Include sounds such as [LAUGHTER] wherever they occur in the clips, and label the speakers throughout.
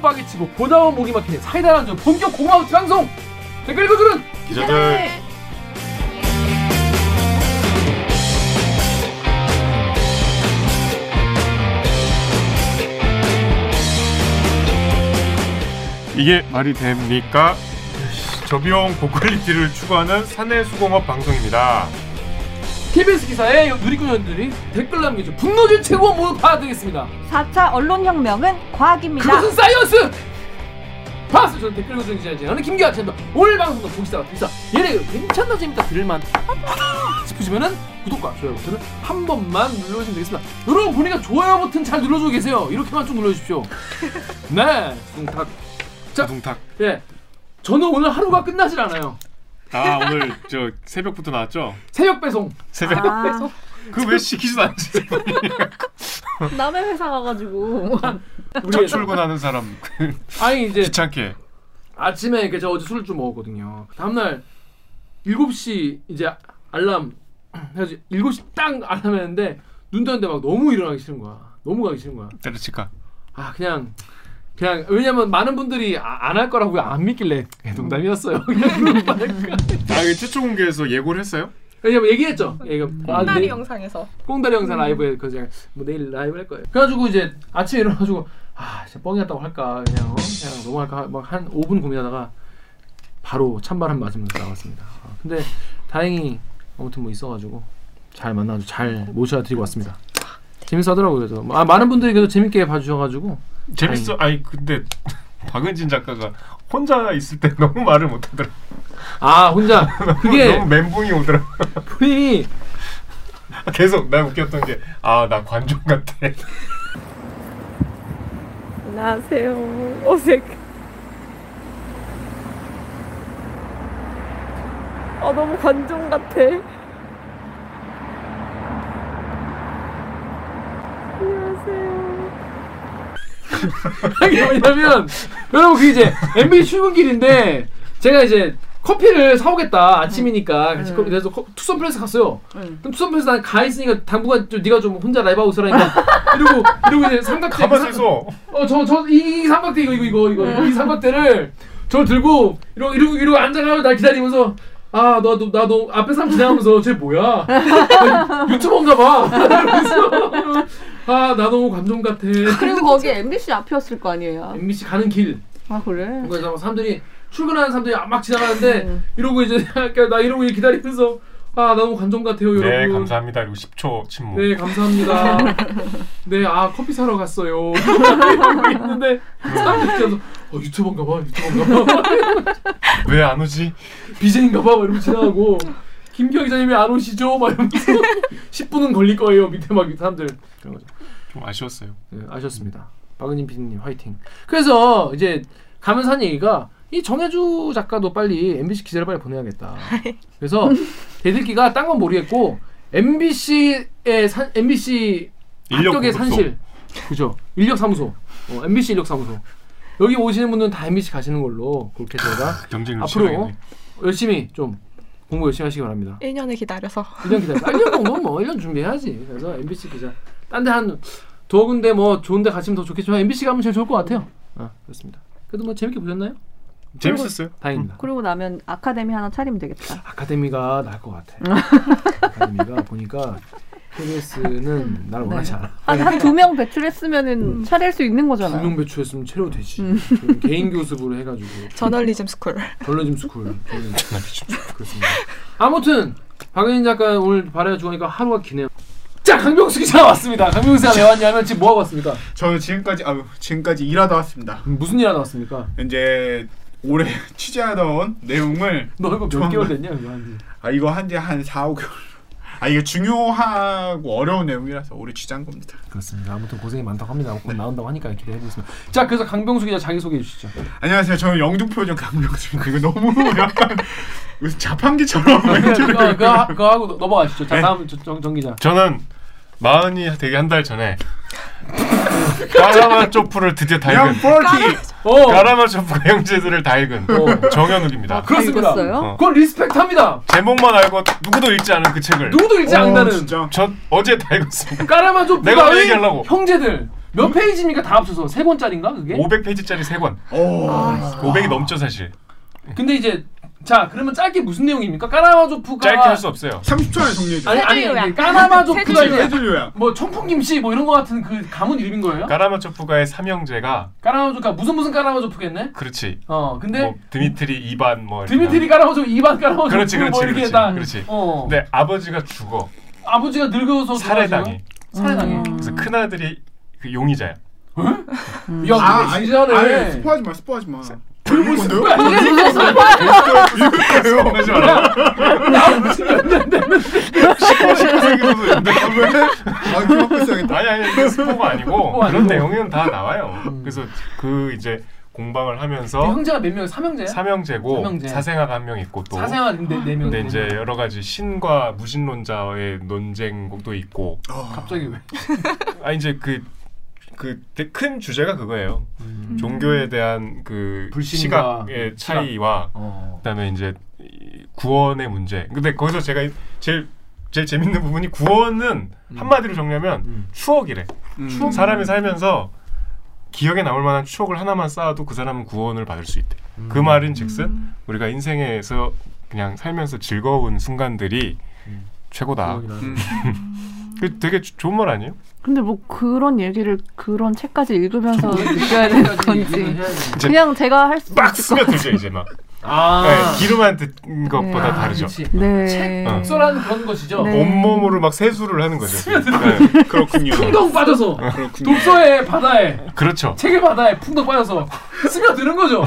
Speaker 1: 빡이 치고 보다원 목이 막히는 사이다라는 점 본격 고마우트 방송 댓글 읽어주는
Speaker 2: 기자들 이게 말이 됩니까? 저비용 고퀄리티를 추구하는 사내 수공업 방송입니다.
Speaker 1: TBS 기사에 누리꾼들이 댓글 남겨주 분노주 최고원 모두 받아드리겠습니다
Speaker 3: 4차 언론혁명은 과학입니다.
Speaker 1: 그것은 사이언스! 봤어 저는 댓글 고정 기자이지 저는 김기아 채널 오늘 방송도 보시다가 들사 얘네 괜찮나 재밌다 들만 싶으시면은 구독과 좋아요 버튼을 한 번만 눌러주시면 되겠습니다 여러분 보니까 좋아요 버튼 잘 눌러주고 계세요 이렇게만 좀 눌러주십시오 네 둥탁 자.
Speaker 2: 자동탁.
Speaker 1: 예 저는 오늘 하루가 끝나질 않아요
Speaker 2: 아 오늘 저 새벽부터 나왔죠?
Speaker 1: 새벽 배송
Speaker 2: 새벽.
Speaker 3: 아,
Speaker 2: 그 왜 시키지도 않지?
Speaker 4: 남의 회사 가가지고
Speaker 1: 우리
Speaker 2: 첫 출근하는 사람 [LAUGHS]
Speaker 1: 아니 이제
Speaker 2: 귀찮게.
Speaker 1: 아침에 그저 어제 술을 좀 먹었거든요. 다음날 7시 이제 알람 해가지고 7시 딱 알람 했는데 눈 뜨는데 막 너무 일어나기 싫은 거야. 너무 가기 싫은 거야.
Speaker 2: 때려칠까?
Speaker 1: 아 그냥 그냥 왜냐면 많은 분들이 아, 안 할 거라고 안 믿길래 예, 농담이었어요. [LAUGHS] 그냥 그런 말 할까.
Speaker 2: 아 이게 최초 공개에서 예고를 했어요?
Speaker 1: 왜냐면 얘기했죠. 예, 이거 아,
Speaker 4: 꽁다리
Speaker 1: 내-
Speaker 4: 영상에서
Speaker 1: 꽁다리 영상 라이브에 그 제가 뭐 내일 라이브 할 거예요. 그래가지고 이제 아침에 일어나가지고 아 진짜 뻥이 났다고 할까 그냥 어? 그냥 너무 할까 막 한 5분 고민하다가 바로 찬바람 맞으면서 나왔습니다. 아, 근데 다행히 아무튼 뭐 있어가지고 잘 만나서 잘 모셔드리고 왔습니다. 재밌어 하더라고요. 그래서 뭐, 아, 많은 분들이 그래도 재밌게 봐주셔가지고
Speaker 2: 재밌어. 아니 근데 박은진 작가가 혼자 있을 때 [LAUGHS] 너무 말을 못하더라.
Speaker 1: 아 혼자 그게
Speaker 2: [LAUGHS] 너무 멘붕이 오더라.
Speaker 1: 본인이
Speaker 2: 계속 나 웃겼던 게 아 나 관종 같아.
Speaker 4: 안녕하세요 어색 아 너무 관종 같아 안녕하세요
Speaker 1: 이게 뭐냐면 여러분 그 이제 MB 출근길인데 제가 이제 커피를 사오겠다 아침이니까 같이 커피 그래서 커- 투썸 플레이스 갔어요. 그럼 투썸 플레이스 난가 있으니까 당분간 좀 네가 좀 혼자 라이브 하고 있으라니까 이러고 이러고 이제 삼각대
Speaker 2: 가만 있어.
Speaker 1: 어저저이 삼각대 이거 이거 이거 이거 이거 이 삼각대를 저를 들고 이러고 이러고 이러고 앉아가지고 날 기다리면서 아너나너 앞에 사람 지나가면서 쟤 뭐야 나 유튜버인가 봐 [LAUGHS] 이러면서 아나 너무 감정 같아
Speaker 4: 그리고 거기 MBC 앞이었을 거 아니에요
Speaker 1: MBC 가는 길
Speaker 4: 아 그래?
Speaker 1: 그래서 막 사람들이 출근하는 사람들이 아, 막 지나가는데 이러고 이제 그러니까 나 이러고 기다리면서 아 너무 감정 같아요 여러분.
Speaker 2: 네 감사합니다. 그리고 10초 침묵.
Speaker 1: 네 감사합니다. 네 아 커피 사러 갔어요. [LAUGHS] 이러고 있는데
Speaker 2: 음.
Speaker 1: 사람들이 지나서 어 유튜버인가봐 유튜버인가봐 [LAUGHS]
Speaker 2: 왜 안 오지?
Speaker 1: BJ인가봐 이러고 지나가고 김경 기자님이 안 오시죠? 막 이러면서 [LAUGHS] 10분은 걸릴 거예요 밑에 막 사람들 그런 거죠.
Speaker 2: 좀 아쉬웠어요.
Speaker 1: 네, 아셨습니다. 박은임 PD님 화이팅. 그래서 이제 가면서 한 얘기가 이 정혜주 작가도 빨리 MBC 기자를 빨리 보내야겠다. 그래서 대들기가 딴 건 모르겠고 MBC의 산, MBC
Speaker 2: 인력
Speaker 1: 합격의
Speaker 2: 공급소.
Speaker 1: 산실 그죠 인력 사무소 어, MBC 인력 사무소 여기 오시는 분들은 다 MBC 가시는 걸로 그렇게 저희가
Speaker 2: 경쟁률
Speaker 1: 앞으로
Speaker 2: 치열하겠네.
Speaker 1: 열심히 좀 공부 열심히 하시기 바랍니다.
Speaker 4: 1년을 기다려서
Speaker 1: 1년 기다려. 1년 정도면 뭐 1년 준비해야지. 그래서 MBC 기자. 딴 데 한 두 군데 뭐 좋은데 가시면 더 좋겠지만 MBC 가면 제일 좋을 것 같아요. 아, 그렇습니다. 그래도 뭐 재밌게 보셨나요?
Speaker 2: 재밌었어요. 음.
Speaker 1: 다행입니다.
Speaker 3: 그러고 나면 아카데미 하나 차리면 되겠다.
Speaker 1: 아카데미가 나을 것
Speaker 2: [LAUGHS]
Speaker 1: 같아. 아카데미가 보니까 KBS는 날
Speaker 2: 네.
Speaker 1: 원하지 않아.
Speaker 3: 한두 명 배출했으면은
Speaker 4: 음.
Speaker 3: 차릴 수 있는 거잖아요.
Speaker 1: 두명 배출했으면 채로 되지.
Speaker 2: 음.
Speaker 1: 저는 개인 교습으로
Speaker 2: [LAUGHS]
Speaker 1: 해가지고
Speaker 4: 저널리즘 스쿨
Speaker 1: 별로짐 스쿨. 저는 그렇습니다. 아무튼 박은인 작가 오늘 발해주고 하니까 하루가 기네요. 자 강병수 기자 왔습니다. 강병수 기자 왜 왔냐면 지금 뭐 하고 왔습니까?
Speaker 5: 저 지금까지 아 지금까지 일하다 왔습니다.
Speaker 1: 무슨 일 하나 왔습니까?
Speaker 5: 이제 올해 [LAUGHS] 취재하던 내용을
Speaker 1: 너 이거 몇
Speaker 5: 정말.
Speaker 1: 개월 됐냐 이거 한지
Speaker 5: 아 이거 한지 한 4, 5개월. 아 이게 중요하고 어려운 내용이라서 올해 취재한 겁니다.
Speaker 1: 그렇습니다 아무튼 고생이 많다고 합니다 곧 나온다고 하니까 기대해보겠습니다 네. 자 그래서 강병수 기자 자기소개해 [LAUGHS] 주시죠 그,
Speaker 5: 안녕하세요. 저는 영등포여중 강명수입니다. 이거 너무 약간 무슨 자판기처럼 멘트를
Speaker 1: 아, 그거, 그거, 그거 하고 넘- 넘어가시죠 자 다음 저- 정, 정 기자
Speaker 2: 저는 마흔이 되게 한 달 전에 까라마 쪼프를 드디어
Speaker 5: 그냥
Speaker 1: 아,
Speaker 2: 달근.
Speaker 5: 뻘티
Speaker 1: 어
Speaker 2: 까라마 쪼프 형제들을 달근.
Speaker 1: 어.
Speaker 2: 정현욱입니다.
Speaker 4: 아,
Speaker 1: 그렇습니다
Speaker 3: 읽었어요?
Speaker 2: 어.
Speaker 1: 그건 리스펙트합니다
Speaker 2: 제목만 알고 누구도 읽지 않은 그 책을
Speaker 1: 누구도 읽지 않는다는
Speaker 5: 어, 진짜
Speaker 2: 저 어제 다 읽었어요.
Speaker 1: 까라마조
Speaker 2: 내가 왜
Speaker 1: 부가의
Speaker 2: 얘기하려고?
Speaker 1: 형제들 몇 페이지입니까? 다 합쳐서 세 권짜리인가 그게?
Speaker 2: 500페이지짜리 세 권.
Speaker 5: 오.
Speaker 1: 아.
Speaker 2: 500이 넘죠 사실.
Speaker 1: 근데 이제 자 그러면 짧게 무슨 내용입니까? 까라마조프가
Speaker 2: 짧게 할 수 없어요.
Speaker 5: 30초 안에 정리해 줘.
Speaker 1: 아니 아니
Speaker 4: 해줄
Speaker 1: 아니,
Speaker 4: 요약.
Speaker 1: 까라마조프가
Speaker 5: 해줄
Speaker 1: 이제
Speaker 5: 해줄 요약.
Speaker 1: 뭐 청풍김씨 뭐 이런 거 같은 그 가문 이름인 거예요?
Speaker 2: 까라마초프가의 삼형제가
Speaker 1: 까라마조프가 무슨 무슨 까라마조프겠네?
Speaker 2: 그렇지.
Speaker 1: 어 근데
Speaker 2: 뭐 드미트리 이반 뭐 이런
Speaker 1: 드미트리 까라마조프 이반 까라마조프
Speaker 2: 그렇지,
Speaker 1: 뭐
Speaker 2: 그렇지,
Speaker 1: 이렇게
Speaker 2: 그렇지,
Speaker 1: 다
Speaker 2: 그렇지. 네.
Speaker 1: 어
Speaker 2: 근데 아버지가 죽어
Speaker 1: 아버지가 늙어서
Speaker 2: 살해당해.
Speaker 1: 살해당해
Speaker 2: 그래서 큰 아들이 그 용의자야. 음.
Speaker 1: 야
Speaker 5: 아,
Speaker 1: 아,
Speaker 5: 아니,
Speaker 1: 진짜네
Speaker 5: 아니, 스포하지 마, 스포하지 마.
Speaker 1: 그리고
Speaker 5: 뭔데요?
Speaker 1: 스포야.
Speaker 2: 그러지 마라. [LAUGHS]
Speaker 5: 아, 기억 못 써야겠다.
Speaker 2: 아니 아니 이게 스포가 아니고
Speaker 1: 스포가
Speaker 2: 그런
Speaker 1: 아니고. 음.
Speaker 2: 내용은 다 나와요. 그래서 그 이제 공방을 하면서
Speaker 1: 형제가 몇 명? 삼형제야?
Speaker 2: 어? 삼형제고
Speaker 1: 삼형제.
Speaker 2: 사생아가 한 명 있고 또
Speaker 1: 사생아 네네 명.
Speaker 2: 근데 이제 여러 가지 신과 무신론자의 논쟁도 있고
Speaker 5: 어.
Speaker 1: 갑자기 왜?
Speaker 2: 아 이제 그 그 큰 주제가 그거예요. 종교에 대한 그
Speaker 1: 음. 불신과
Speaker 2: 시각의 차이와
Speaker 1: 어.
Speaker 2: 그다음에 이제 이 구원의 문제. 근데 거기서 제가 제일 제일 재밌는 부분이 구원은 한마디로 정리하면
Speaker 1: 음.
Speaker 2: 추억이래.
Speaker 5: 추억?
Speaker 2: 사람이 살면서 기억에 남을 만한 추억을 하나만 쌓아도 그 사람은 구원을 받을 수 있대.
Speaker 1: 음.
Speaker 2: 그 말은즉슨 우리가 인생에서 그냥 살면서 즐거운 순간들이
Speaker 1: 음.
Speaker 2: 최고다.
Speaker 5: 음.
Speaker 2: 그 되게 조- 좋은 말 아니에요?
Speaker 3: 근데 뭐 그런 얘기를 그런 책까지 읽으면서 [LAUGHS] 느껴야 되는 건지.
Speaker 2: 이제
Speaker 3: 그냥 제가 할 수
Speaker 2: 막
Speaker 3: 있을 것
Speaker 2: 스며들죠 이제 막
Speaker 1: 아
Speaker 2: 네, 귀로만 듣는 것보다
Speaker 3: 네.
Speaker 1: 아,
Speaker 2: 다르죠.
Speaker 1: 그치.
Speaker 3: 네.
Speaker 2: 어.
Speaker 1: 독서라는 그런 것이죠.
Speaker 3: 네.
Speaker 2: 온몸으로 막 세수를 하는 거죠. 네,
Speaker 5: 그렇군요.
Speaker 1: 풍덩 빠져서
Speaker 5: 네. 아, 그렇군요.
Speaker 1: 독서의 바다에
Speaker 2: 그렇죠.
Speaker 1: 책의 바다에 풍덩 빠져서 스며드는 거죠.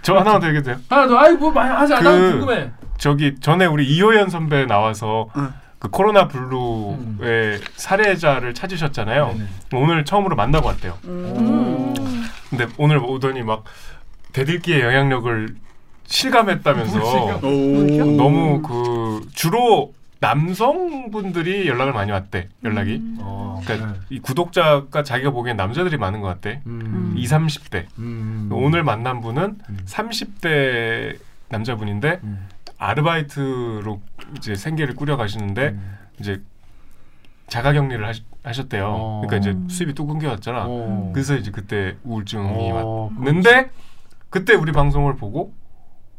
Speaker 2: 저 하나만 더 얘기해도 돼요?
Speaker 1: 하나 더 아이 뭐 많이 하지 않아? 난
Speaker 2: 그-
Speaker 1: 궁금해.
Speaker 2: 저기 전에 우리 이호연 선배 나와서
Speaker 5: 응.
Speaker 2: 그 코로나 블루의 살해자를 찾으셨잖아요. 오늘 처음으로 만나고 왔대요.
Speaker 1: 음.
Speaker 2: 근데 오늘 오더니 막 대들기의 영향력을
Speaker 5: 어.
Speaker 2: 실감했다면서
Speaker 1: 어,
Speaker 5: 오.
Speaker 2: 너무 그 주로 남성분들이 연락을 많이 왔대 연락이.
Speaker 1: 어.
Speaker 2: 그러니까 이 구독자가 자기가 보기엔 남자들이 많은 것 같대.
Speaker 1: 음.
Speaker 2: 20, 30대.
Speaker 1: 음.
Speaker 2: 오늘 만난 분은
Speaker 1: 음.
Speaker 2: 30대 남자분인데
Speaker 1: 음.
Speaker 2: 아르바이트로 이제 생계를 꾸려 가시는데
Speaker 1: 음.
Speaker 2: 이제 자가격리를 하시, 하셨대요.
Speaker 1: 어.
Speaker 2: 그러니까 이제 수입이 또 끊겨왔잖아.
Speaker 1: 어.
Speaker 2: 그래서 이제 그때 우울증이
Speaker 1: 어,
Speaker 2: 왔는데 그때 우리 방송을 보고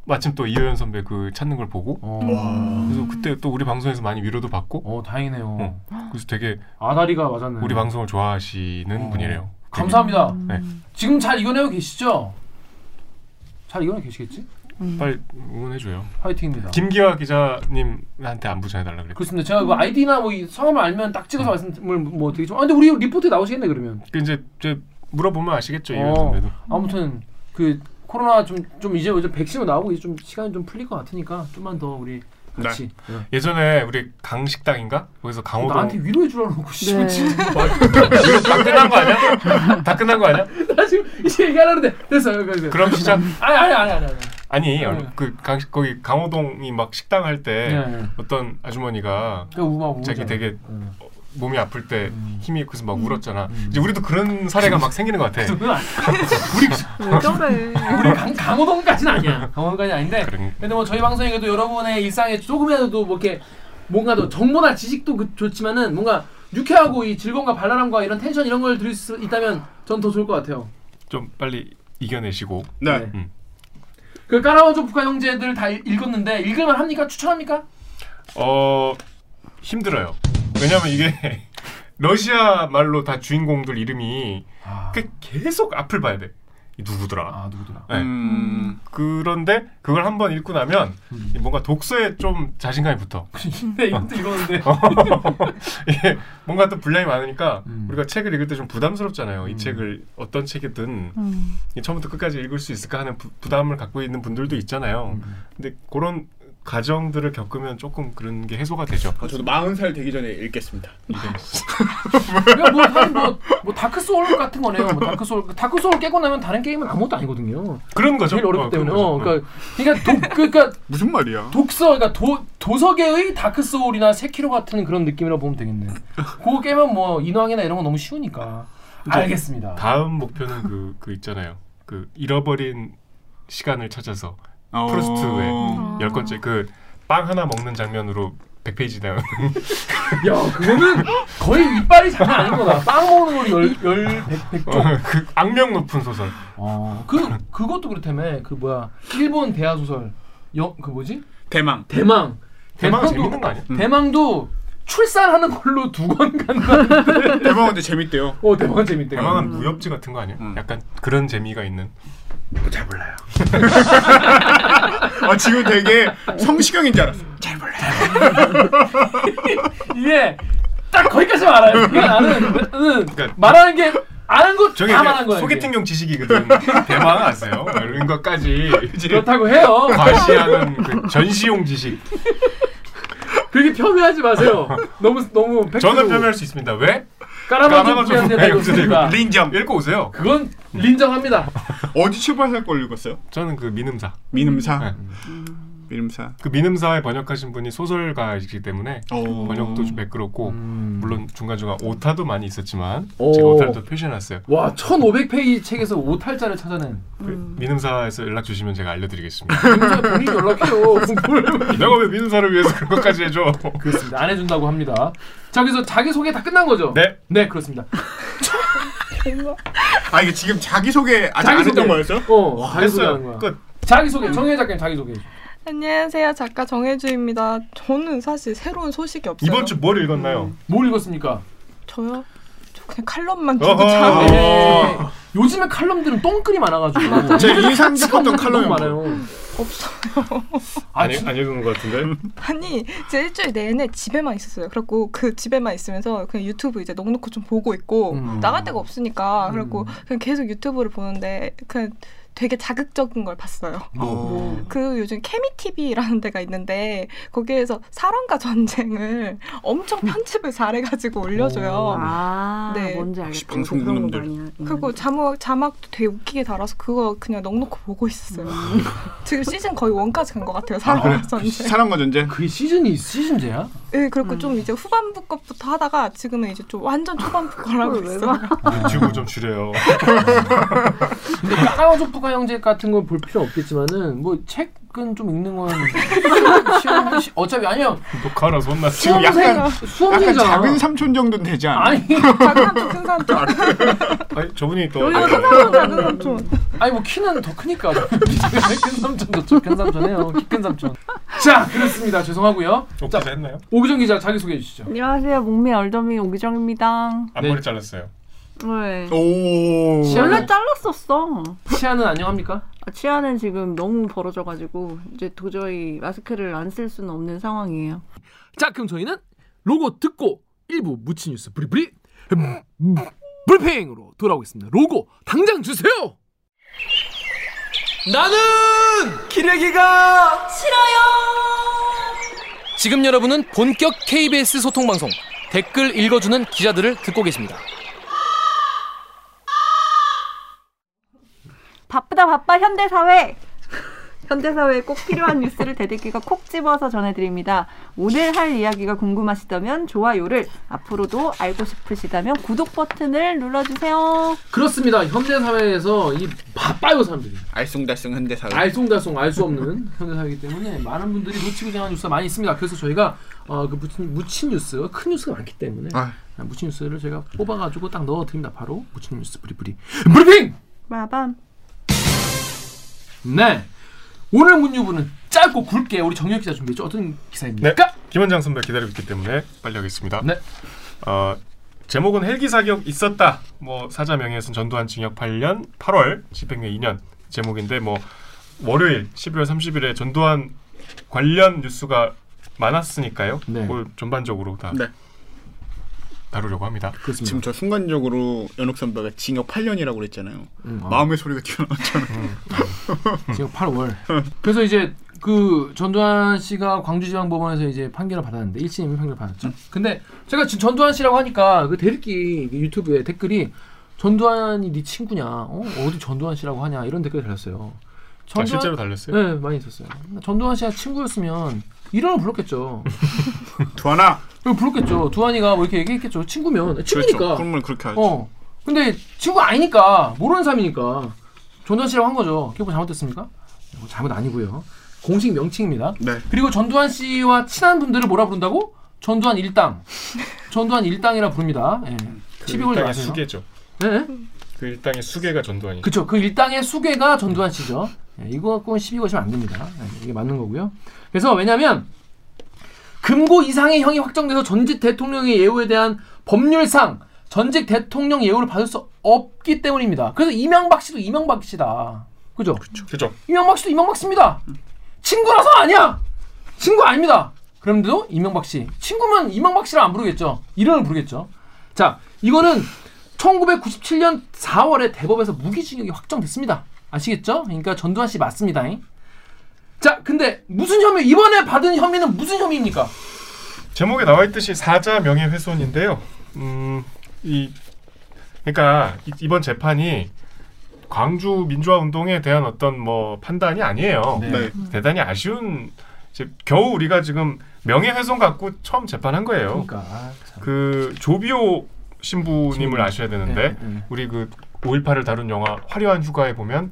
Speaker 2: 마침 또 이호연 선배 그 찾는 걸 보고
Speaker 1: 어.
Speaker 2: 그래서 그때 또 우리 방송에서 많이 위로도 받고
Speaker 1: 어 다행이네요.
Speaker 2: 어. 그래서 되게
Speaker 1: 아다리가 맞았네.
Speaker 2: 우리 방송을 좋아하시는
Speaker 1: 음. 어.
Speaker 2: 분이래요.
Speaker 1: 감사합니다.
Speaker 2: 네.
Speaker 1: 지금 잘 이겨내고 계시죠? 잘 이겨내고 계시겠지?
Speaker 2: 빨리 응원해줘요.
Speaker 1: 화이팅입니다.
Speaker 2: 김기화 기자님한테 안부 전해달라 그랬죠.
Speaker 1: 그렇습니다. 제가 그 아이디나 뭐이 성함을 알면 딱 찍어서 말씀을 뭐 드리죠. 아 근데 우리 리포트에 나오시겠네 그러면.
Speaker 2: 그 이제 이제 물어보면 아시겠죠
Speaker 1: 어.
Speaker 2: 이호연 선배도.
Speaker 1: 아무튼 그 코로나 좀 좀 이제 이제 백신도 나오고 이제 좀 시간이 좀 풀릴 것 같으니까 좀만 더 우리 같이 네.
Speaker 2: 예전에 우리 강식당인가 거기서 강호동 어,
Speaker 1: 나한테 위로해 주라고 그러고
Speaker 3: 네.
Speaker 1: 씨발 진짜
Speaker 2: 다 끝난 거 아니야? 다 끝난 거 아니야?
Speaker 1: 나 지금 이제 얘기하려는데 됐어 여기 여기.
Speaker 2: 그럼 시작.
Speaker 1: 아니 아니 아니 아니. 아니.
Speaker 2: 아니
Speaker 1: 네.
Speaker 2: 그 강, 거기 강호동이 막 식당 할 때
Speaker 1: 네, 네.
Speaker 2: 어떤 아주머니가
Speaker 1: 그 우마 우마.
Speaker 2: 자기 되게
Speaker 1: 음.
Speaker 2: 몸이 아플 때
Speaker 1: 음.
Speaker 2: 힘이 그래서 막 울었잖아. 이제 우리도 그런 사례가 막 생기는
Speaker 1: [LAUGHS]
Speaker 2: 것 같아.
Speaker 4: 왜 저래?
Speaker 1: 우리 강, [LAUGHS] 강호동까지는 아니야. 강호동까지는 아닌데.
Speaker 2: 그런
Speaker 1: 근데 뭐 저희 방송이 그래도 여러분의 일상에 조금이라도 뭐 이렇게 뭔가 더 정보나 지식도 그- 좋지만은 뭔가 유쾌하고 이 즐거움과 발랄함과 이런 텐션 이런 걸 드릴 수 있다면 전 더 좋을 것 같아요.
Speaker 2: 좀 빨리 이겨내시고
Speaker 5: 네.
Speaker 1: 그 까라원 조프카 형제들 다 읽- 읽었는데 읽을만 합니까? 추천합니까?
Speaker 2: 어 힘들어요. 왜냐면 이게 [LAUGHS] 러시아 말로 다 주인공들 이름이
Speaker 1: 아,
Speaker 2: 꽤- 계속 앞을 봐야 돼. 이 누구더라?
Speaker 1: 누구더라.
Speaker 2: 네.
Speaker 5: 음.
Speaker 2: 그런데 그걸 한번 읽고 나면
Speaker 1: 음.
Speaker 2: 뭔가 독서에 좀 자신감이 붙어.
Speaker 1: [LAUGHS]
Speaker 2: [LAUGHS]
Speaker 1: 근데 이것도 읽었는데.
Speaker 2: 이게 뭔가 또 분량이 많으니까
Speaker 1: 음.
Speaker 2: 우리가 책을 읽을 때 좀 부담스럽잖아요. 이
Speaker 1: 음.
Speaker 2: 책을 어떤 책이든
Speaker 3: 음.
Speaker 2: 이 처음부터 끝까지 읽을 수 있을까 하는 부, 부담을 갖고 있는 분들도 있잖아요.
Speaker 1: 음.
Speaker 2: 근데 그런 가정들을 겪으면 조금 그런 게 해소가 되죠.
Speaker 1: 어,
Speaker 5: 아, 저도 40살 되기 전에 읽겠습니다.
Speaker 1: 그냥 뭐 다른 뭐, 뭐 다크 소울 같은 거네요. 뭐 다크 소울 다크 소울 깨고 나면 다른 게임은 아무것도 아니거든요.
Speaker 2: 그런 거죠.
Speaker 1: 제일 어렵기
Speaker 2: 어, 그런
Speaker 1: 때문에.
Speaker 2: 거죠.
Speaker 1: 어, 그러니까 그러니까 독 그러니까
Speaker 5: 무슨 말이야?
Speaker 1: 독서, 그러니까 도, 도서계의 다크소울이나 세키로 같은 그런 느낌이라고 보면 되겠네요. 그거 깨면 뭐 인왕이나 이런 거 너무 쉬우니까. 알겠습니다.
Speaker 2: 네. 다음 목표는 그, 그 있잖아요. 그 잃어버린 시간을 찾아서
Speaker 5: 어.
Speaker 2: [LAUGHS] 프루스트의 열 번째 그 빵 하나 먹는 장면으로 100페이지 나오는
Speaker 1: 야 그거는 [LAUGHS] 거의 이빨이 장난 아닌 거다. 빵 먹는 걸로 열열백백
Speaker 2: 어, 그 악명 높은 소설. 아,
Speaker 1: 어, 그 그것도 그렇다며 그 뭐야 일본 대하 소설 영그 뭐지
Speaker 5: 대망.
Speaker 1: 대망
Speaker 2: 대망
Speaker 1: 대망도-
Speaker 2: 재밌는 거 아니야?
Speaker 5: 음.
Speaker 1: 대망도 출산하는 걸로 두 권 간다.
Speaker 5: 대망 근데 재밌대요.
Speaker 1: 어 대망 재밌대.
Speaker 2: 대망은 무협지 같은 거 아니야?
Speaker 5: 음.
Speaker 2: 약간 그런 재미가 있는.
Speaker 5: 잘 몰라요. 아 지금 되게 성시경인 줄 알았어. 잘 몰라요.
Speaker 1: 이게 예. 딱 거기까지만 알아요. 그게 나는 나는
Speaker 2: 그러니까
Speaker 1: 말하는 게 아는
Speaker 2: 저게
Speaker 1: 거다
Speaker 2: 그냥
Speaker 1: 말한 거야. 이게.
Speaker 2: 소개팅용 지식이거든. 대망 아세요? 뭐 이런 것까지
Speaker 1: 그렇다고 해요.
Speaker 2: 과시하는 그 전시용 지식.
Speaker 1: 그렇게 폄훼하지 마세요. 너무 너무 팩트로
Speaker 2: 저는 폄훼할 수 있습니다. 왜? 까마귀
Speaker 1: 까라마조
Speaker 2: 좀
Speaker 1: 부한테
Speaker 2: 왜 여기서
Speaker 1: 다녔습니다.
Speaker 2: 이거
Speaker 5: 린정.
Speaker 2: 읽고 오세요.
Speaker 1: 그건 인정합니다.
Speaker 5: 예. 어디 출판사 걸 읽었어요?
Speaker 2: 저는 그 민음사.
Speaker 5: 민음사.
Speaker 2: 네.
Speaker 5: 민음사.
Speaker 2: 그 민음사에 번역하신 분이 소설가이기 때문에
Speaker 5: 오.
Speaker 2: 번역도 좀 매끄럽고 물론 중간중간 오타도 많이 있었지만
Speaker 1: 오.
Speaker 2: 제가 오타를 또 표시해놨어요.
Speaker 1: 와 1,500페이지 책에서 오탈자를 찾아낸
Speaker 2: 그 민음사에서 연락 주시면 제가 알려드리겠습니다.
Speaker 1: 김자 본인 연락해요. 공부를
Speaker 2: 내가 왜 민음사를 위해서 그런 것까지 해줘?
Speaker 1: 그렇습니다. 안 해준다고 합니다. 자 그래서 자기 소개 다 끝난 거죠?
Speaker 2: [LAUGHS] 네.
Speaker 1: 네 그렇습니다.
Speaker 5: 아 이게 지금 자기 소개 아직 안
Speaker 1: 자기소개.
Speaker 5: 했던 거였어?
Speaker 1: 어 자기 소개하는
Speaker 2: 됐어요.
Speaker 1: 거야.
Speaker 2: 끝.
Speaker 1: 자기 소개 정혜 작가님 자기 소개.
Speaker 4: 안녕하세요 작가 정혜주입니다. 저는 사실 새로운 소식이 없어요.
Speaker 2: 이번 주 뭘 읽었나요?
Speaker 1: 뭘 읽었습니까?
Speaker 4: 저요? 저 그냥 칼럼만
Speaker 2: 어허.
Speaker 4: 주고 자고
Speaker 1: 네. 요즘에 칼럼들은 똥글이 많아가지고
Speaker 5: 제
Speaker 2: 음. [LAUGHS]
Speaker 5: 인상 깊었던
Speaker 1: 칼럼이
Speaker 5: 칼럼이
Speaker 1: 많아요.
Speaker 4: 없어요.
Speaker 1: 아,
Speaker 2: 안, 읽- 안 읽은 것 같은데?
Speaker 4: 아니 제 일주일 내내 집에만 있었어요. 그래갖고 그 집에만 있으면서 그냥 유튜브 이제 넉넉히 좀 보고 있고
Speaker 1: 음.
Speaker 4: 나갈 데가 없으니까 그래갖고
Speaker 1: 음.
Speaker 4: 그냥 계속 유튜브를 보는데 그냥 되게 자극적인 걸 봤어요.
Speaker 5: 어.
Speaker 4: 그 요즘 케미 TV라는 데가 있는데 거기에서 사랑과 전쟁을 엄청 편집을 잘해가지고 올려줘요.
Speaker 3: 아,
Speaker 4: 네.
Speaker 3: 뭔지 알겠다.
Speaker 5: 방송
Speaker 3: 그런 거
Speaker 5: 보는 놈들.
Speaker 3: 많이 하는 음.
Speaker 4: 그리고 자막 자막도 되게 웃기게 달아서 그거 그냥 넉넉히 보고 있었어요.
Speaker 3: 음.
Speaker 4: 지금 시즌 거의 원까지 간 것 같아요. 사랑과
Speaker 3: [LAUGHS]
Speaker 4: 전쟁.
Speaker 5: 사랑과 전쟁.
Speaker 1: 그게 시즌이 시즌제야?
Speaker 4: 네, 그리고
Speaker 3: 음.
Speaker 4: 좀 이제 후반부 것부터 하다가 지금은 이제 좀 완전 초반부 거라고
Speaker 3: 그걸 왜
Speaker 4: 있어요.
Speaker 2: 유튜브 좀 줄여요. [LAUGHS]
Speaker 5: [LAUGHS]
Speaker 1: 근데 까마조프가 형제 같은 걸 볼 필요 없겠지만은 뭐 책은 좀 읽는 건 [LAUGHS] 시험 시 어차피 아니야
Speaker 2: 녹화라 손났지.
Speaker 5: 지금
Speaker 1: 수험생
Speaker 5: 약간- 약간
Speaker 1: 수험생이잖아.
Speaker 5: 작은 삼촌 정도는 되지
Speaker 1: 그
Speaker 5: 않아?
Speaker 1: 아니
Speaker 4: 작은 큰 사람 좀
Speaker 2: 아니, 저분이 또
Speaker 4: 큰 사람 작은 사람 좀.
Speaker 1: 아니 뭐 키는 더 크니까 [LAUGHS] 큰 삼촌 저쪽 큰 삼촌해요 키 큰 삼촌. 자 그렇습니다 죄송하고요.
Speaker 2: 녹화
Speaker 1: 자
Speaker 2: 했나요?
Speaker 1: 오기정 기자 자기 소개해 주시죠.
Speaker 3: 안녕하세요. 목미 얼더미 오기정입니다.
Speaker 2: 앞머리
Speaker 1: 네.
Speaker 2: 잘랐어요.
Speaker 3: 왜?
Speaker 5: 어, 오.
Speaker 1: 시원해.
Speaker 3: 원래 잘랐었어.
Speaker 1: 치아는 안녕합니까?
Speaker 3: 아, 치아는 지금 너무 벌어져가지고 이제 도저히 마스크를 안 쓸 수는 없는 상황이에요.
Speaker 1: 자 그럼 저희는 로고 듣고 일부 무치 뉴스 브리브리 음, 음, 브리핑으로 돌아오겠습니다. 로고 당장 주세요. 나는 기레기가 싫어요. 지금 여러분은 본격 KBS 소통 방송 댓글 읽어주는 기자들을 듣고 계십니다.
Speaker 3: 바쁘다 바빠 현대사회. 현대사회에 꼭 필요한 뉴스를 대들기가 콕 집어서 전해드립니다. 오늘 할 이야기가 궁금하시다면 좋아요를 앞으로도 알고 싶으시다면 구독 버튼을 눌러주세요.
Speaker 1: 그렇습니다. 현대 사회에서 이 바빠요 사람들이
Speaker 5: 알쏭달쏭 현대사회.
Speaker 1: 알쏭달쏭 알 수 없는 현대 사회이기 때문에 많은 분들이 놓치고 지나간 뉴스가 많이 있습니다. 그래서 저희가 어, 그 무친, 무친 뉴스 큰 뉴스가 많기 때문에
Speaker 5: 아.
Speaker 1: 아, 무친 뉴스를 제가 뽑아가지고 딱 넣어드립니다. 바로 무친 뉴스 브리브리 브리핑.
Speaker 3: 마밤.
Speaker 1: 네. 오늘 문유부는 짧고 굵게 우리 정유 기자 준비했죠. 어떤
Speaker 5: 네.
Speaker 1: 기사입니까?
Speaker 2: 김원장 선배 기다리고 있기 때문에 빨리 하겠습니다.
Speaker 1: 네.
Speaker 2: 어, 제목은 헬기 사격 있었다. 뭐 사자 명예훼손 전두환 징역 8년, 8월 집행유예 2년 제목인데 뭐 월요일 12월 30일에 전두환 관련 뉴스가 많았으니까요.
Speaker 1: 네.
Speaker 2: 그걸 전반적으로 다
Speaker 5: 네.
Speaker 2: 다루려고 아, 합니다.
Speaker 1: 그렇습니다.
Speaker 5: 지금 저 순간적으로 연옥 선배가 징역 8년이라고 그랬잖아요.
Speaker 1: 음, 아.
Speaker 5: 마음의 소리가 튀어나왔잖아요.
Speaker 2: 음.
Speaker 1: 지금 8월. 그래서 이제 그 전두환 씨가 광주지방법원에서 이제 판결을 받았는데 1심이 판결을 받았죠.
Speaker 2: 음.
Speaker 1: 근데 제가 지금 전두환 씨라고 하니까 그 대리기 유튜브에 댓글이 전두환이 네 친구냐? 어? 어디 전두환 씨라고 하냐? 이런 댓글이 달렸어요.
Speaker 2: 아, 실제로 달렸어요?
Speaker 1: 네, 많이 있었어요. 전두환 씨가 친구였으면 이름을 불렀겠죠.
Speaker 5: 두하나.
Speaker 1: 이름 불렀겠죠. 두환이가 뭐 이렇게 얘기했겠죠. 친구면 친구니까.
Speaker 5: 그러면 그렇게 하죠.
Speaker 1: 어. 근데 친구 아니니까 모르는 사람이니까 전두환 씨라고 한 거죠. 그게 뭐 잘못됐습니까? 뭐 잘못 아니고요. 공식 명칭입니다.
Speaker 5: 네.
Speaker 1: 그리고 전두환 씨와 친한 분들을 뭐라 부른다고? 전두환 일당, 전두환 일당이라 부릅니다. 예.
Speaker 2: 그
Speaker 1: 12월
Speaker 2: 일당의
Speaker 1: 나세요.
Speaker 2: 수계죠.
Speaker 1: 네,
Speaker 2: 그 일당의 수계가 전두환이.
Speaker 1: 그렇죠. 그 일당의 수괴가 전두환 씨죠. 예, 이거 갖고는 12것이면 안 됩니다. 예, 이게 맞는 거고요. 그래서 왜냐하면 금고 이상의 형이 확정돼서 전직 대통령의 예우에 대한 법률상 전직 대통령 예우를 받을 수 없기 때문입니다. 그래서 이명박 씨도 이명박 씨다. 그죠?
Speaker 2: 그죠.
Speaker 1: 이명박 씨도 이명박 씨입니다. 친구라서 아니야. 친구 아닙니다. 그런데도 이명박 씨 친구면 이명박 씨를 안 부르겠죠. 이름을 부르겠죠. 자 이거는 1997년 4월에 대법에서 무기징역이 확정됐습니다. 아시겠죠? 그러니까 전두환 씨 맞습니다. 자 근데 무슨 혐의 이번에 받은 혐의는 무슨 혐의입니까?
Speaker 2: 제목에 나와 있듯이 사자 명예훼손인데요. 음, 이 그러니까 이- 이번 재판이 광주 민주화 운동에 대한 어떤 뭐 판단이 아니에요.
Speaker 5: 네.
Speaker 2: 대단히 아쉬운 이제 겨우 우리가 지금 명예훼손 갖고 처음 재판한 거예요.
Speaker 1: 그러니까 아, 참.
Speaker 2: 그 조비오 신부님을
Speaker 1: 신부님.
Speaker 2: 아셔야 되는데
Speaker 1: 네, 네.
Speaker 2: 우리 그 5.18을 다룬 영화 화려한 휴가에 보면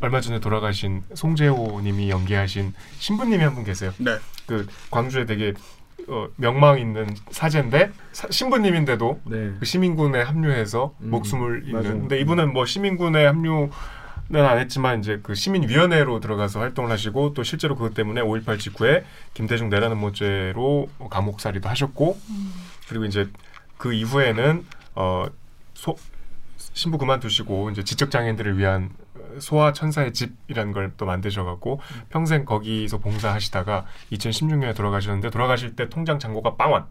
Speaker 2: 얼마 전에 돌아가신 송재호님이 연기하신 신부님이 한 분 계세요.
Speaker 5: 네.
Speaker 2: 그 광주에 되게 어, 명망 있는 사제인데 사- 신부님인데도
Speaker 1: 네.
Speaker 2: 그 시민군에 합류해서
Speaker 1: 음,
Speaker 2: 목숨을 잃는.
Speaker 1: 맞아요.
Speaker 2: 근데 이분은 뭐 시민군에 합류는 안 했지만 이제 그 시민위원회로 들어가서 활동을 하시고 또 실제로 그것 때문에 5.18 직후에 김대중 내라는 모죄로 감옥살이도 하셨고 그리고 이제 그 이후에는 어 소, 신부 그만두시고 이제 지적 장애인들을 위한 소아 천사의 집이라는 걸 또 만드셔갖고
Speaker 1: 음.
Speaker 2: 평생 거기서 봉사하시다가 2016년에 돌아가셨는데 돌아가실 때 통장 잔고가 빵원.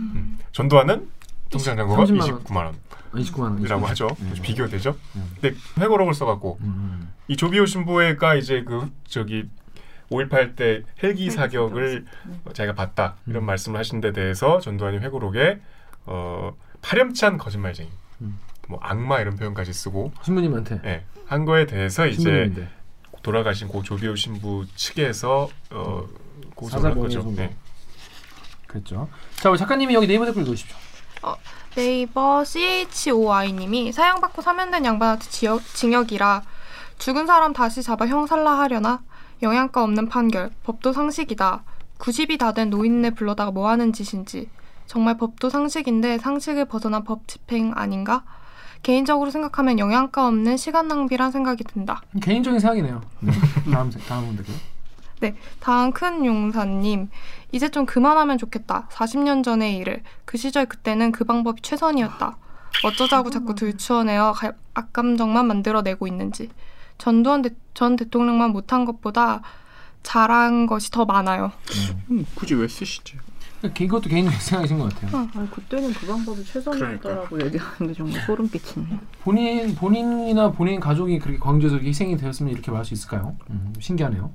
Speaker 2: 음. 전두환은 통장 잔고가
Speaker 1: 30만 원.
Speaker 2: 29만 원.
Speaker 1: 29만 원.
Speaker 2: 이라고 하죠.
Speaker 1: 네.
Speaker 2: 비교되죠.
Speaker 1: 음.
Speaker 2: 근데 회고록을 써갖고
Speaker 1: 음,
Speaker 2: 이 조비오 신부회가 이제 그 저기 5.18 때 헬기 사격을 어, 자기가 봤다 이런
Speaker 1: 음.
Speaker 2: 말씀을 하신 데 대해서 전두환이 회고록에 어, 파렴치한 거짓말쟁이
Speaker 1: 음.
Speaker 2: 뭐 악마 이런 표현까지 쓰고
Speaker 1: 음. 신부님한테
Speaker 2: 예, 한 거에 대해서 이제
Speaker 1: 신부님인데
Speaker 2: 돌아가신 고 조비오 신부 측에서 어, 고소를 한 거죠.
Speaker 1: 사자명예훼손.
Speaker 2: 예.
Speaker 1: 그랬죠. 자 우리 작가님이 여기 네이버 댓글 놓으십시오.
Speaker 4: 네이버 CHOI님이 사형받고 사면된 양반한테 지역, 징역이라 죽은 사람 다시 잡아 형살라하려나 영양가 없는 판결 법도 상식이다 90이 다 된 노인네 불러다가 뭐하는 짓인지 정말 법도 상식인데 상식을 벗어난 법 집행 아닌가 개인적으로 생각하면 영양가 없는 시간 낭비란 생각이 든다
Speaker 1: 개인적인 생각이네요. 다음 세- 다음 댓글.
Speaker 4: 다음 큰 용사님 이제 좀 그만하면 좋겠다 40년 전의 일을 그 시절 그때는 그 방법이 최선이었다 어쩌자고 자꾸 들추어내어 가- 악감정만 만들어내고 있는지 전두환 대, 전 대통령만 못한 것보다 잘한 것이 더 많아요
Speaker 5: 음, 굳이 왜 쓰시지?
Speaker 1: 그- 이것도 개인적인 생각이신 것 같아요.
Speaker 3: 아니, 그때는 그 방법이 최선이었다라고 얘기하는 게 정말 소름 끼치네.
Speaker 1: 본인 본인이나 본인 가족이 그렇게 광주에서 이렇게 희생이 되었으면 이렇게 말할 수 있을까요? 음, 신기하네요.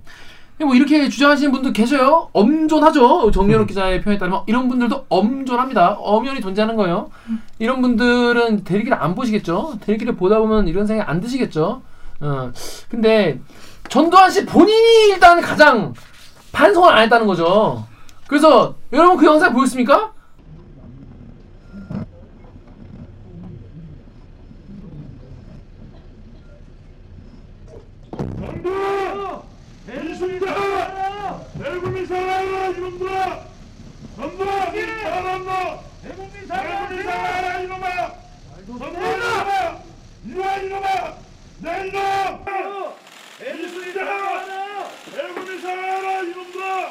Speaker 1: 근데 뭐 이렇게 주장하시는 분들 계셔요. 엄존하죠. 정연욱 기자의 표현에 따르면 이런 분들도 엄존합니다. 엄연히 존재하는 거예요. 이런 분들은 대리기를 안 보시겠죠. 대리기를 보다 보면 이런 생각 안 드시겠죠. 어, 근데 전두환 씨 본인이 일단 가장 반성을 안 했다는 거죠. 그래서 여러분 그 영상 보셨습니까?
Speaker 6: 대국민 사랑하라 이놈들아! 전부라! 사랑한다! 대국민 사랑하라 이놈아! 전부라! 이놈아 이놈아! 내 이놈! 대국민 사랑하라! 대국민 사랑하라 이놈들아!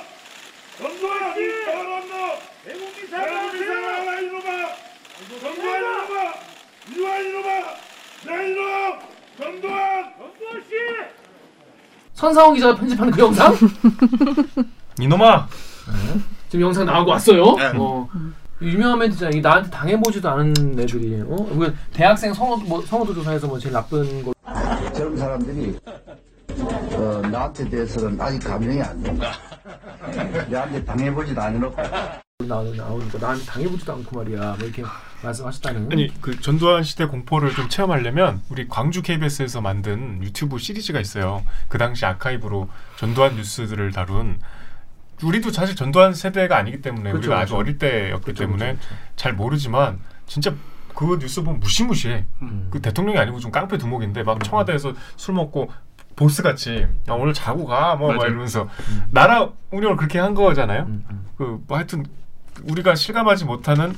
Speaker 6: 전부라! 사랑한다! 대국민 사랑하라 이놈아! 전부라 이놈아! 이놈아 이놈아! 내 이놈! 전두환! 전두환 씨!
Speaker 1: 선상원 기자가 편집하는 그
Speaker 2: [LAUGHS]
Speaker 1: 영상?
Speaker 2: 이놈아
Speaker 1: 지금 영상 나오고 왔어요.
Speaker 5: 네.
Speaker 1: 어, 유명한 멘트잖아. 이 나한테 당해보지도 않은 애들이. 어? 그 대학생 성어 뭐, 성어도 조사에서 뭐 제일 나쁜 거.
Speaker 7: 젊은 사람들이 어, 나한테 대해서는 아직 감정이 안 된다. 내한테 당해보지도 않으니까.
Speaker 1: 나오- 나오니까 나한테 당해보지도 않고 말이야. 뭐 이렇게 말씀하셨다는.
Speaker 2: 아니 그 전두환 시대 공포를 좀 체험하려면 우리 광주 KBS에서 만든 유튜브 시리즈가 있어요. 그 당시 아카이브로 전두환 뉴스들을 다룬 우리도 사실 전두환 세대가 아니기 때문에
Speaker 1: 그쵸,
Speaker 2: 우리가 아주
Speaker 1: 그쵸.
Speaker 2: 어릴 때였기
Speaker 1: 그쵸,
Speaker 2: 때문에
Speaker 1: 그쵸, 그쵸.
Speaker 2: 잘 모르지만 진짜 그 뉴스 보면 무시무시해.
Speaker 1: 음.
Speaker 2: 그 대통령이 아니고 좀 깡패 두목인데 막 청와대에서 술 먹고 보스 같이 야 오늘 자고 가뭐 막
Speaker 5: 맞아요.
Speaker 2: 음. 이러면서 나라 운영을 그렇게 한 거잖아요.
Speaker 1: 음, 음.
Speaker 2: 그 뭐 하여튼 우리가 실감하지 못하는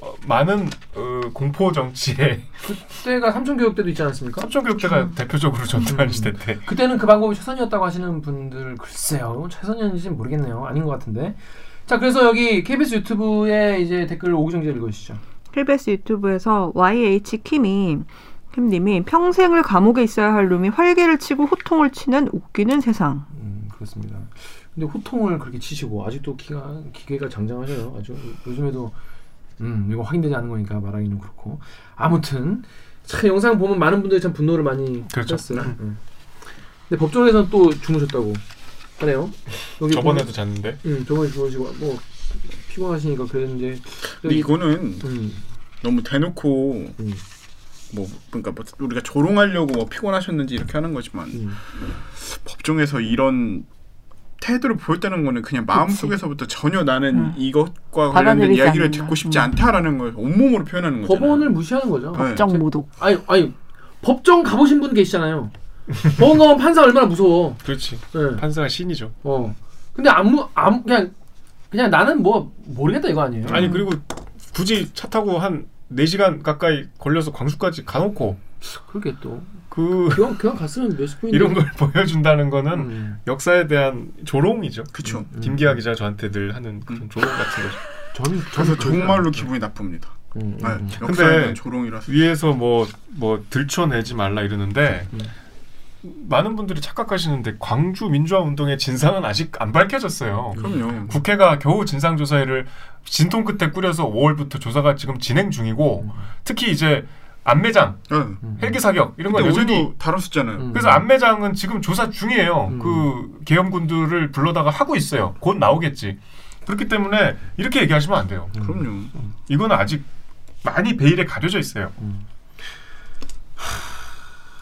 Speaker 2: 어, 많은 어, 공포 정치의 [LAUGHS]
Speaker 1: 그때가 삼촌 교육 때도 있지 않았습니까?
Speaker 2: 삼촌 교육대가 대표적으로 전두환
Speaker 1: 음.
Speaker 2: 시대 때
Speaker 1: 그때는 그 방법이 최선이었다고 하시는 분들 글쎄요 최선이었는지는 모르겠네요 아닌 것 같은데 자 그래서 여기 KBS 유튜브에 이제 댓글 오구정 제 읽어주시죠
Speaker 3: KBS 유튜브에서 YH 킴이 킴님이 평생을 감옥에 있어야 할 놈이 활개를 치고 호통을 치는 웃기는 세상.
Speaker 1: 음 그렇습니다 근데 호통을 그렇게 치시고 아직도 키가 기계가 장장하셔요 아주 요즘에도 음 이거 확인되지 않은 거니까 말하기 는 그렇고 아무튼 참 영상 보면 많은 분들이 참 분노를 많이
Speaker 2: 그렇죠.
Speaker 1: 하셨어요 음. 근데 법정에서는 또 주무셨다고 하네요 여기
Speaker 2: 저번에도 잤는데
Speaker 1: 보면- 음 저번에 주무시고 뭐 피곤하시니까 그랬는데
Speaker 5: 근데 이거는
Speaker 1: 음,
Speaker 5: 너무 대놓고
Speaker 1: 음.
Speaker 5: 뭐 그러니까 뭐 우리가 조롱하려고 뭐 피곤하셨는지 이렇게 하는 거지만
Speaker 1: 음.
Speaker 5: 법정에서 이런 태도를 보였다는 거는 그냥 마음속에서부터 전혀 나는
Speaker 3: 음.
Speaker 5: 이것과 관련된
Speaker 3: 받아들이지
Speaker 5: 이야기를
Speaker 3: 않는다.
Speaker 5: 듣고 싶지 않다라는 걸 온몸으로 표현하는 거잖아요.
Speaker 1: 법원을 무시하는 거죠.
Speaker 5: 네.
Speaker 3: 정 모독.
Speaker 1: 아니, 아니, 법정 가보신 분 계시잖아요. 법원 가면 판사 얼마나 무서워.
Speaker 2: 그렇지
Speaker 1: 예.
Speaker 2: 판사가 신이죠.
Speaker 1: 어. 근데 아무, 아무, 그냥, 그냥 나는 뭐, 모르겠다 이거 아니에요.
Speaker 2: 음. 아니 그리고 굳이 차 타고 한 4시간 가까이 걸려서 광주까지 가놓고
Speaker 1: 그렇게 또.
Speaker 2: 그 [LAUGHS]
Speaker 1: 그냥, 그냥 갔으면 몇십 분인데.
Speaker 2: 이런 걸 보여준다는 거는
Speaker 1: 음.
Speaker 2: 역사에 대한 조롱이죠.
Speaker 5: 그쵸.
Speaker 1: 음.
Speaker 2: 김기하 기자 저한테 늘 하는 그런 조롱 같은 거죠.
Speaker 1: 저는,
Speaker 5: 그래서
Speaker 1: 저는
Speaker 5: 정말로 기분이 나쁩니다.
Speaker 1: 음, 음,
Speaker 5: 네,
Speaker 1: 음.
Speaker 5: 역사는 조롱이라서.
Speaker 2: 위에서 뭐 뭐 들춰내지 말라 이러는데
Speaker 1: 음.
Speaker 2: 많은 분들이 착각하시는데 광주 민주화 운동의 진상은 아직 안 밝혀졌어요.
Speaker 5: 그럼요.
Speaker 1: 음.
Speaker 5: 네.
Speaker 2: 국회가 겨우 진상조사회를 진통 끝에 꾸려서 5월부터 조사가 지금 진행 중이고 특히 이제 안매장,
Speaker 5: 네.
Speaker 2: 헬기 사격 이런 걸
Speaker 5: 근데
Speaker 2: 여전히
Speaker 5: 오늘도 다뤘었잖아요.
Speaker 1: 음.
Speaker 2: 그래서 안매장은 지금 조사 중이에요.
Speaker 1: 음.
Speaker 2: 그 계엄군들을 불러다가 하고 있어요. 곧 나오겠지. 그렇기 때문에 이렇게 얘기하시면 안 돼요.
Speaker 5: 그럼요.
Speaker 1: 음.
Speaker 2: 이건 아직 많이 베일에 가려져 있어요.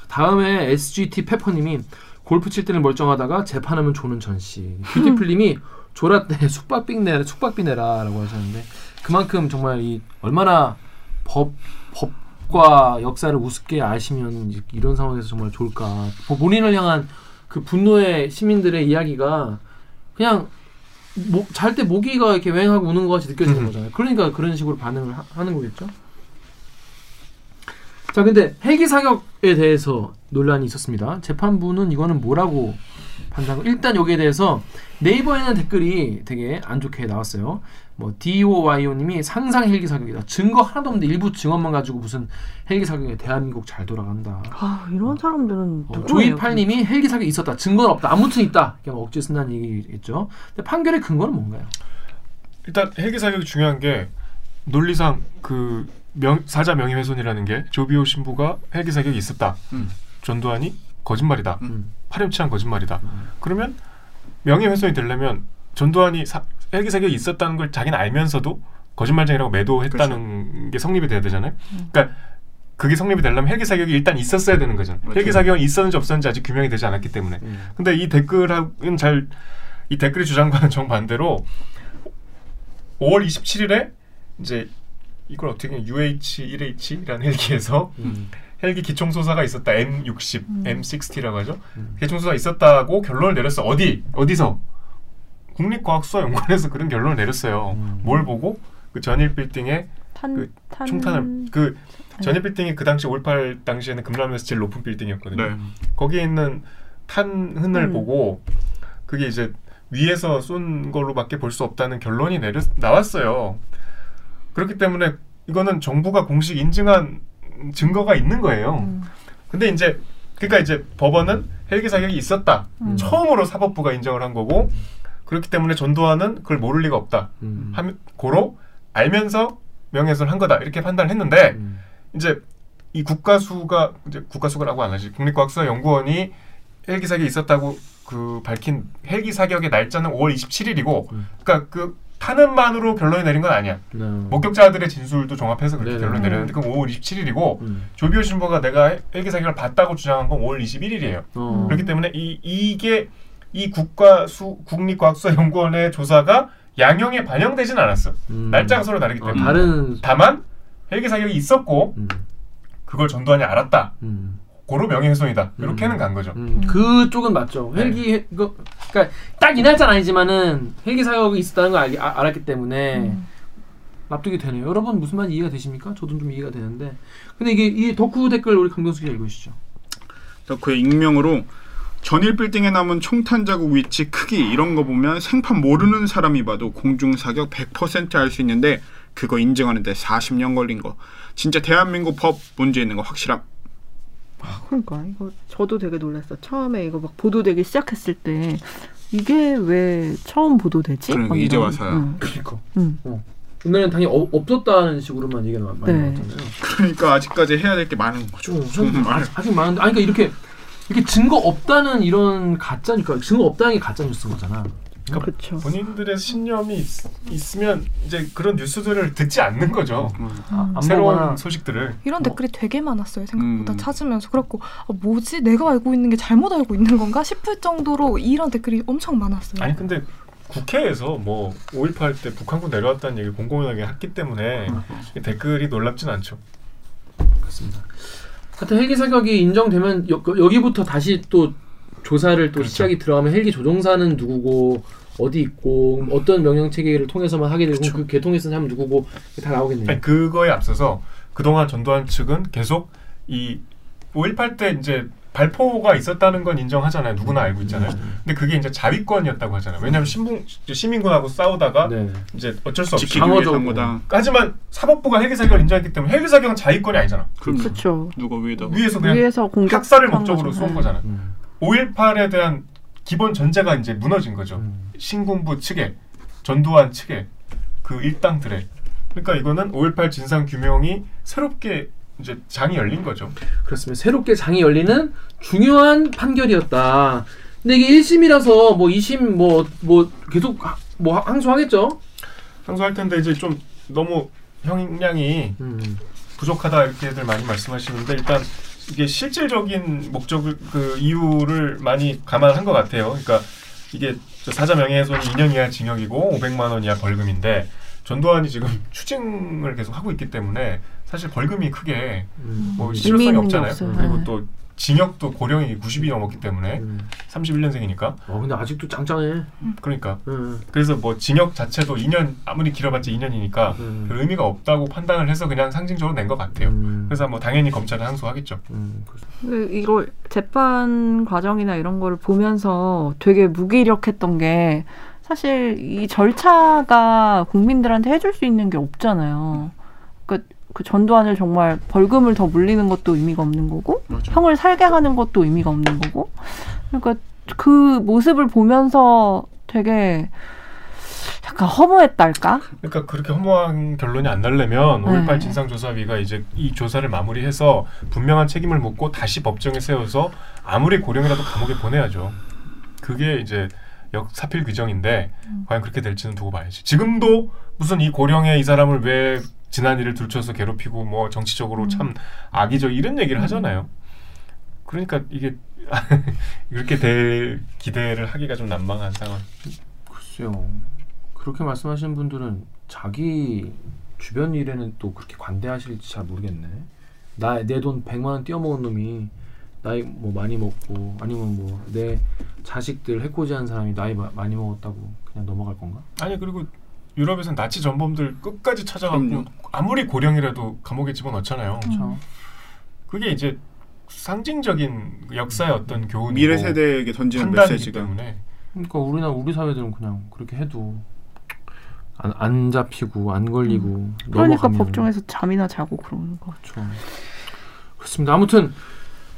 Speaker 1: 다음에 SGT 페퍼님이 골프 칠 때는 멀쩡하다가 재판하면 조는 전씨. 뷰티풀님이 졸았대 숙박비 내라 숙박비 내라라고 하셨는데 그만큼 정말 이 얼마나 법 법과 역사를 우습게 아시면 이- 이런 상황에서 정말 좋을까. 보- 본인을 향한 그 분노의 시민들의 이야기가 그냥 잘 때 모기가 이렇게 웽하고 우는 것 같이 느껴지는 거잖아요. 그러니까 그런 식으로 반응을 하, 하는 거겠죠. 자, 근데 헬기 사격에 대해서 논란이 있었습니다. 재판부는 이거는 뭐라고 판단? 일단 여기에 대해서 네이버에는 댓글이 되게 안 좋게 나왔어요. 뭐 DOYO님이 상상 헬기 사격이다. 증거 하나도 없는데 일부 증언만 가지고 무슨 헬기 사격에 대한민국 잘 돌아간다.
Speaker 3: 아 이런 사람들은
Speaker 1: 어,
Speaker 3: 누구예요?
Speaker 1: 조이팔님이 헬기 사격이 있었다. 증거는 없다. 아무튼 있다. 그냥 억지 쓴다는 얘기겠죠. 근데 판결의 근거는 뭔가요?
Speaker 2: 일단 헬기 사격이 중요한 게 논리상 그 명- 사자 명예훼손이라는 게 조비오 신부가 헬기 사격이 있었다.
Speaker 5: 음.
Speaker 2: 전두환이 거짓말이다.
Speaker 1: 음.
Speaker 2: 파렴치한 거짓말이다. 그러면 명예훼손이 되려면 전두환이 사, 헬기 사격이 있었다는 걸 자기는 알면서도 거짓말쟁이라고 매도했다는 게 성립이 돼야 되잖아요. 그러니까 그게 성립이 되려면 헬기 사격이 일단 있었어야 되는 거잖아요. 음.
Speaker 5: 맞죠.
Speaker 2: 헬기 사격이 있었는지 없었는지 아직 규명이 되지 않았기 때문에. 근데 이 댓글은 잘 이 댓글의 주장과는 정반대로 5월 27일에 이제 이걸 어떻게 보면 UH-1H라는 헬기에서 헬기 기총소사가 있었다. M60, M60라고 하죠. 기총소사 있었다고 결론을 내렸어. 어디? 어디서? 국립과학수사연구원에서 그런 결론을 내렸어요. 뭘 보고? 그 전일 빌딩에
Speaker 3: 탄,
Speaker 2: 그
Speaker 3: 탄-
Speaker 2: 총탄을 그 전일 빌딩이 그 당시 5.18 당시에는 금남에서 제일 높은 빌딩이었거든요.
Speaker 1: 음.
Speaker 5: 네.
Speaker 2: 거기에 있는 탄흔을
Speaker 3: 음.
Speaker 2: 보고 그게 이제 위에서 쏜 걸로밖에 볼 수 없다는 결론이 내려 나왔어요. 그렇기 때문에 이거는 정부가 공식 인증한 증거가 있는 거예요. 근데 이제 그러니까 이제 법원은 헬기 사격이 있었다. 처음으로 사법부가 인정을 한 거고 그렇기 때문에 전두환은 그걸 모를 리가 없다.
Speaker 1: 음.
Speaker 2: 함- 고로 알면서 명예훼손을 한 거다 이렇게 판단을 했는데
Speaker 1: 음.
Speaker 2: 이제 이 국가수가 이제 국가수가라고 안 하지 국립과학수사연구원이 헬기 사격이 있었다고 그 밝힌 헬기 사격의 날짜는 5월 27일이고
Speaker 1: 음.
Speaker 2: 그러니까 그 탄음만으로 결론이 내린 건 아니야
Speaker 1: 네.
Speaker 2: 뭐 목격자들의 진술도 종합해서 그렇게
Speaker 1: 네네.
Speaker 2: 결론 내렸는데 그건 5월 27일이고
Speaker 1: 음.
Speaker 2: 조비오 신부가 내가 헬기 사격을 봤다고 주장한 건 5월 21일이에요
Speaker 1: 어.
Speaker 2: 그렇기 때문에 이 이게 이 국가수 국립과학수사연구원의 조사가 양형에 반영되진 않았어
Speaker 1: 음.
Speaker 2: 날짜가 음. 서로 다르기
Speaker 1: 어,
Speaker 2: 때문에
Speaker 1: 다른
Speaker 2: 다만 헬기 사격이 있었고
Speaker 1: 음.
Speaker 2: 그걸 전두환이 알았다.
Speaker 1: 음.
Speaker 2: 고로 명예훼손이다. 이렇게는 간 거죠.
Speaker 1: 네. 음, 그쪽은 맞죠. 헬기 그, 그러니까 딱 이 날짜는 아니지만은 헬기 사격이 있었다는 걸 알기, 아- 알았기 때문에 납득이 되네요. 여러분 무슨 말인지 이해가 되십니까? 저도 좀 이해가 되는데 근데 이게 이 덕후 댓글 우리 강병수가 읽으시죠.
Speaker 5: 덕후의 익명으로 전일 빌딩에 남은 총탄 자국 위치 크기 이런 거 보면 생판 모르는 사람이 봐도 공중 사격 100%알 수 있는데 그거 인증하는데 40년 걸린 거 진짜 대한민국 법 문제 있는 거 확실함.
Speaker 3: 그러니까 이거 저도 되게 놀랐어. 처음에 이거 막 보도되기 시작했을 때 이게 왜 처음 보도되지?
Speaker 5: 그러니까
Speaker 3: 막
Speaker 5: 이제
Speaker 3: 이런.
Speaker 5: 와서야.
Speaker 3: 응.
Speaker 1: 그니까.
Speaker 3: 응.
Speaker 1: 어. 옛날에는 당연히 어- 없었다는 식으로만 얘기가 나- 많이
Speaker 3: 네.
Speaker 1: 나왔잖아요.
Speaker 5: 그러니까 아직까지 해야 될 게 많은 거죠. 정말.
Speaker 1: 아직 많은데 아니 그러니까 이렇게 이렇게 증거 없다는 이런 가짜니까 증거 없다는 게 가짜 뉴스인 거잖아.
Speaker 3: 그렇죠.
Speaker 2: 본인들의 신념이 있, 으면 이제 그런 뉴스들을 듣지 않는 거죠.
Speaker 1: 아, 안
Speaker 2: 새로운
Speaker 1: 보거나
Speaker 2: 소식들을.
Speaker 4: 이런 댓글이 되게 많았어요. 생각보다
Speaker 5: 음.
Speaker 4: 찾으면서 그렇고 아, 뭐지 내가 알고 있는 게 잘못 알고 있는 건가 싶을 정도로 이런 댓글이 엄청 많았어요.
Speaker 2: 아니 근데 국회에서 뭐 5.18 때 북한군 내려왔다는 얘기를 공공연하게 했기 때문에 이 댓글이 놀랍진 않죠.
Speaker 1: 그렇습니다. 하여튼 헬기 사격이 인정되면 여, 여기부터 다시 또 조사를 또
Speaker 2: 그렇죠.
Speaker 1: 시작이 들어가면 헬기 조종사는 누구고 어디 있고 어떤 명령 체계를 통해서만 하게 되고 그 개통에 쓴 사람 누구고 다 나오겠네요.
Speaker 2: 아니, 그거에 앞서서 그동안 전두환 측은 계속 이 5.18 때 이제 발포가 있었다는 건 인정하잖아요. 누구나 알고 있잖아요. 근데 그게 이제 자위권이었다고 하잖아요. 왜냐하면 신분 시민군하고 싸우다가
Speaker 1: 네.
Speaker 2: 이제 어쩔 수 없이
Speaker 5: 지키기 위해
Speaker 1: 방어적으로.
Speaker 5: 한 거다.
Speaker 2: 하지만 사법부가 헬기 사격을 인정했기 때문에 헬기 사격은 자위권이 아니잖아.
Speaker 3: 그렇죠.
Speaker 5: 누가 위에다가
Speaker 2: 위에서 그냥
Speaker 3: 위에서 공격
Speaker 2: 학살을 목적으로 쏜 거잖아.
Speaker 1: 음.
Speaker 2: 5.18에 대한 기본 전제가 이제 무너진 거죠.
Speaker 1: 음.
Speaker 2: 신군부 측에 전두환 측에 그 일당들에. 그러니까 이거는 5.18 진상 규명이 새롭게 이제 장이 열린 거죠.
Speaker 1: 그렇습니다. 새롭게 장이 열리는 중요한 판결이었다. 근데 이게 1심이라서 뭐 2심 뭐 뭐 계속 하- 뭐 하- 항소하겠죠?
Speaker 2: 항소할 텐데 이제 좀 너무 형량이
Speaker 1: 음.
Speaker 2: 부족하다 이렇게들 많이 말씀하시는데 일단 이게 실질적인 목적을 그 이유를 많이 감안한 것 같아요. 그러니까 이게 저 사자 명예훼손이 2년 이하 징역이고 500만 원 이하 벌금인데 전두환이 지금 추징을 계속 하고 있기 때문에 사실 벌금이 크게
Speaker 1: 음.
Speaker 2: 뭐
Speaker 3: 의미
Speaker 2: 실효성이
Speaker 3: 있는 게
Speaker 2: 없잖아요.
Speaker 3: 없어요.
Speaker 2: 그리고
Speaker 3: 네.
Speaker 2: 또 징역도 고령이 90이 넘었기 때문에
Speaker 1: 음.
Speaker 2: 31년생이니까
Speaker 1: 어 근데 아직도 짱짱해.
Speaker 2: 그러니까
Speaker 1: 음.
Speaker 2: 그래서 뭐 징역 자체도 2년 아무리 길어봤자 2년이니까
Speaker 1: 음.
Speaker 2: 별 의미가 없다고 판단을 해서 그냥 상징적으로 낸 것 같아요.
Speaker 1: 음.
Speaker 2: 그래서 뭐 당연히 검찰은 항소하겠죠.
Speaker 1: 음, 그렇습니다.
Speaker 3: 이걸 재판 과정이나 이런 거를 보면서 되게 무기력했던 게 사실 이 절차가 국민들한테 해줄 수 있는 게 없잖아요. 그러니까 그 전두환을 정말 벌금을 더 물리는 것도 의미가 없는 거고
Speaker 5: 맞아.
Speaker 3: 형을 살게 하는 것도 의미가 없는 거고 그러니까 그 모습을 보면서 되게 약간 허무했달까?
Speaker 2: 그러니까 그렇게 허무한 결론이 안 나려면
Speaker 3: 네.
Speaker 2: 5.18 진상조사위가 이제 이 조사를 마무리해서 분명한 책임을 묻고 다시 법정에 세워서 아무리 고령이라도 감옥에 보내야죠. 그게 이제 역 사필 규정인데 과연 그렇게 될지는 두고 봐야지. 지금도 무슨 이 고령의 이 사람을 왜 지난 일을 들춰서 괴롭히고 뭐 정치적으로 참 악이죠 이런 얘기를 하잖아요. 그러니까 이게 [LAUGHS] 이렇게 될 기대를 하기가 좀 난망한 상황.
Speaker 1: 글쎄요. 그렇게 말씀하시는 분들은 자기 주변 일에는 또 그렇게 관대하실지 잘 모르겠네. 나 내 돈 100만 원 띄어먹은 놈이 나이 뭐 많이 먹고 아니면 뭐 내 자식들 해코지한 사람이 나이 마- 많이 먹었다고 그냥 넘어갈 건가?
Speaker 2: 아니 그리고 유럽에선 나치 전범들 끝까지 찾아가고
Speaker 5: 그럼요.
Speaker 2: 아무리 고령이라도 감옥에 집어넣잖아요.
Speaker 3: 음.
Speaker 1: 그렇죠.
Speaker 2: 그게 이제 상징적인 역사의 어떤 교훈이고
Speaker 1: 뭐.
Speaker 5: 미래 세대에게 던지는
Speaker 2: 판단이기
Speaker 5: 메시지가
Speaker 2: 때문에
Speaker 1: 그러니까 우리나 우리 사회들은 그냥 그렇게 해도 안, 안 잡히고 안 걸리고
Speaker 3: 그러니까
Speaker 1: 넘어가면
Speaker 3: 법정에서 잠이나 자고 그러는 거.
Speaker 1: 그렇죠. 그렇습니다. 아무튼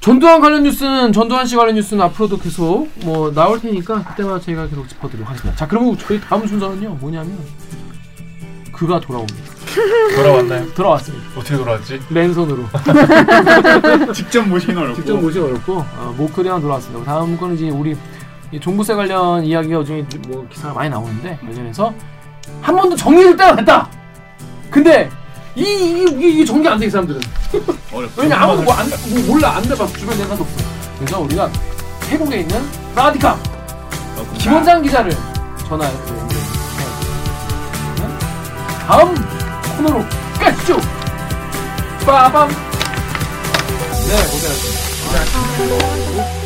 Speaker 1: 전두환 관련 뉴스는 전두환 씨 관련 뉴스는 앞으로도 계속 뭐 나올 테니까 그때마다 저희가 계속 짚어드리도록 하겠습니다. 자, 그러면 저희 다음 순서는요. 뭐냐면 그가 돌아옵니다.
Speaker 2: 돌아왔나요?
Speaker 1: 돌아왔습니다.
Speaker 2: 어떻게 돌아왔지?
Speaker 1: 맨손으로
Speaker 5: 직접 모시는 어렵고
Speaker 1: 직접 모시기 어렵고 아, 목소리만 돌아왔습니다. 다음 거는 이제 우리 이 종부세 관련 이야기가 요즘에 뭐 기사가 많이 나오는데 관련해서 한 번도 정리를 따라갔다. 근데 이 이게 이게 정리 안돼이 사람들은.
Speaker 5: 어렵고
Speaker 1: 왜냐 아무도 뭐, 안, 뭐 몰라 안 돼봐 주변 생각 없어 그래서 우리가 태국에 있는 라디카
Speaker 5: 아,
Speaker 1: 김원장 기자를 전화해 네. 다음 코너로 가시죠 빠밤 네 고생하셨습니다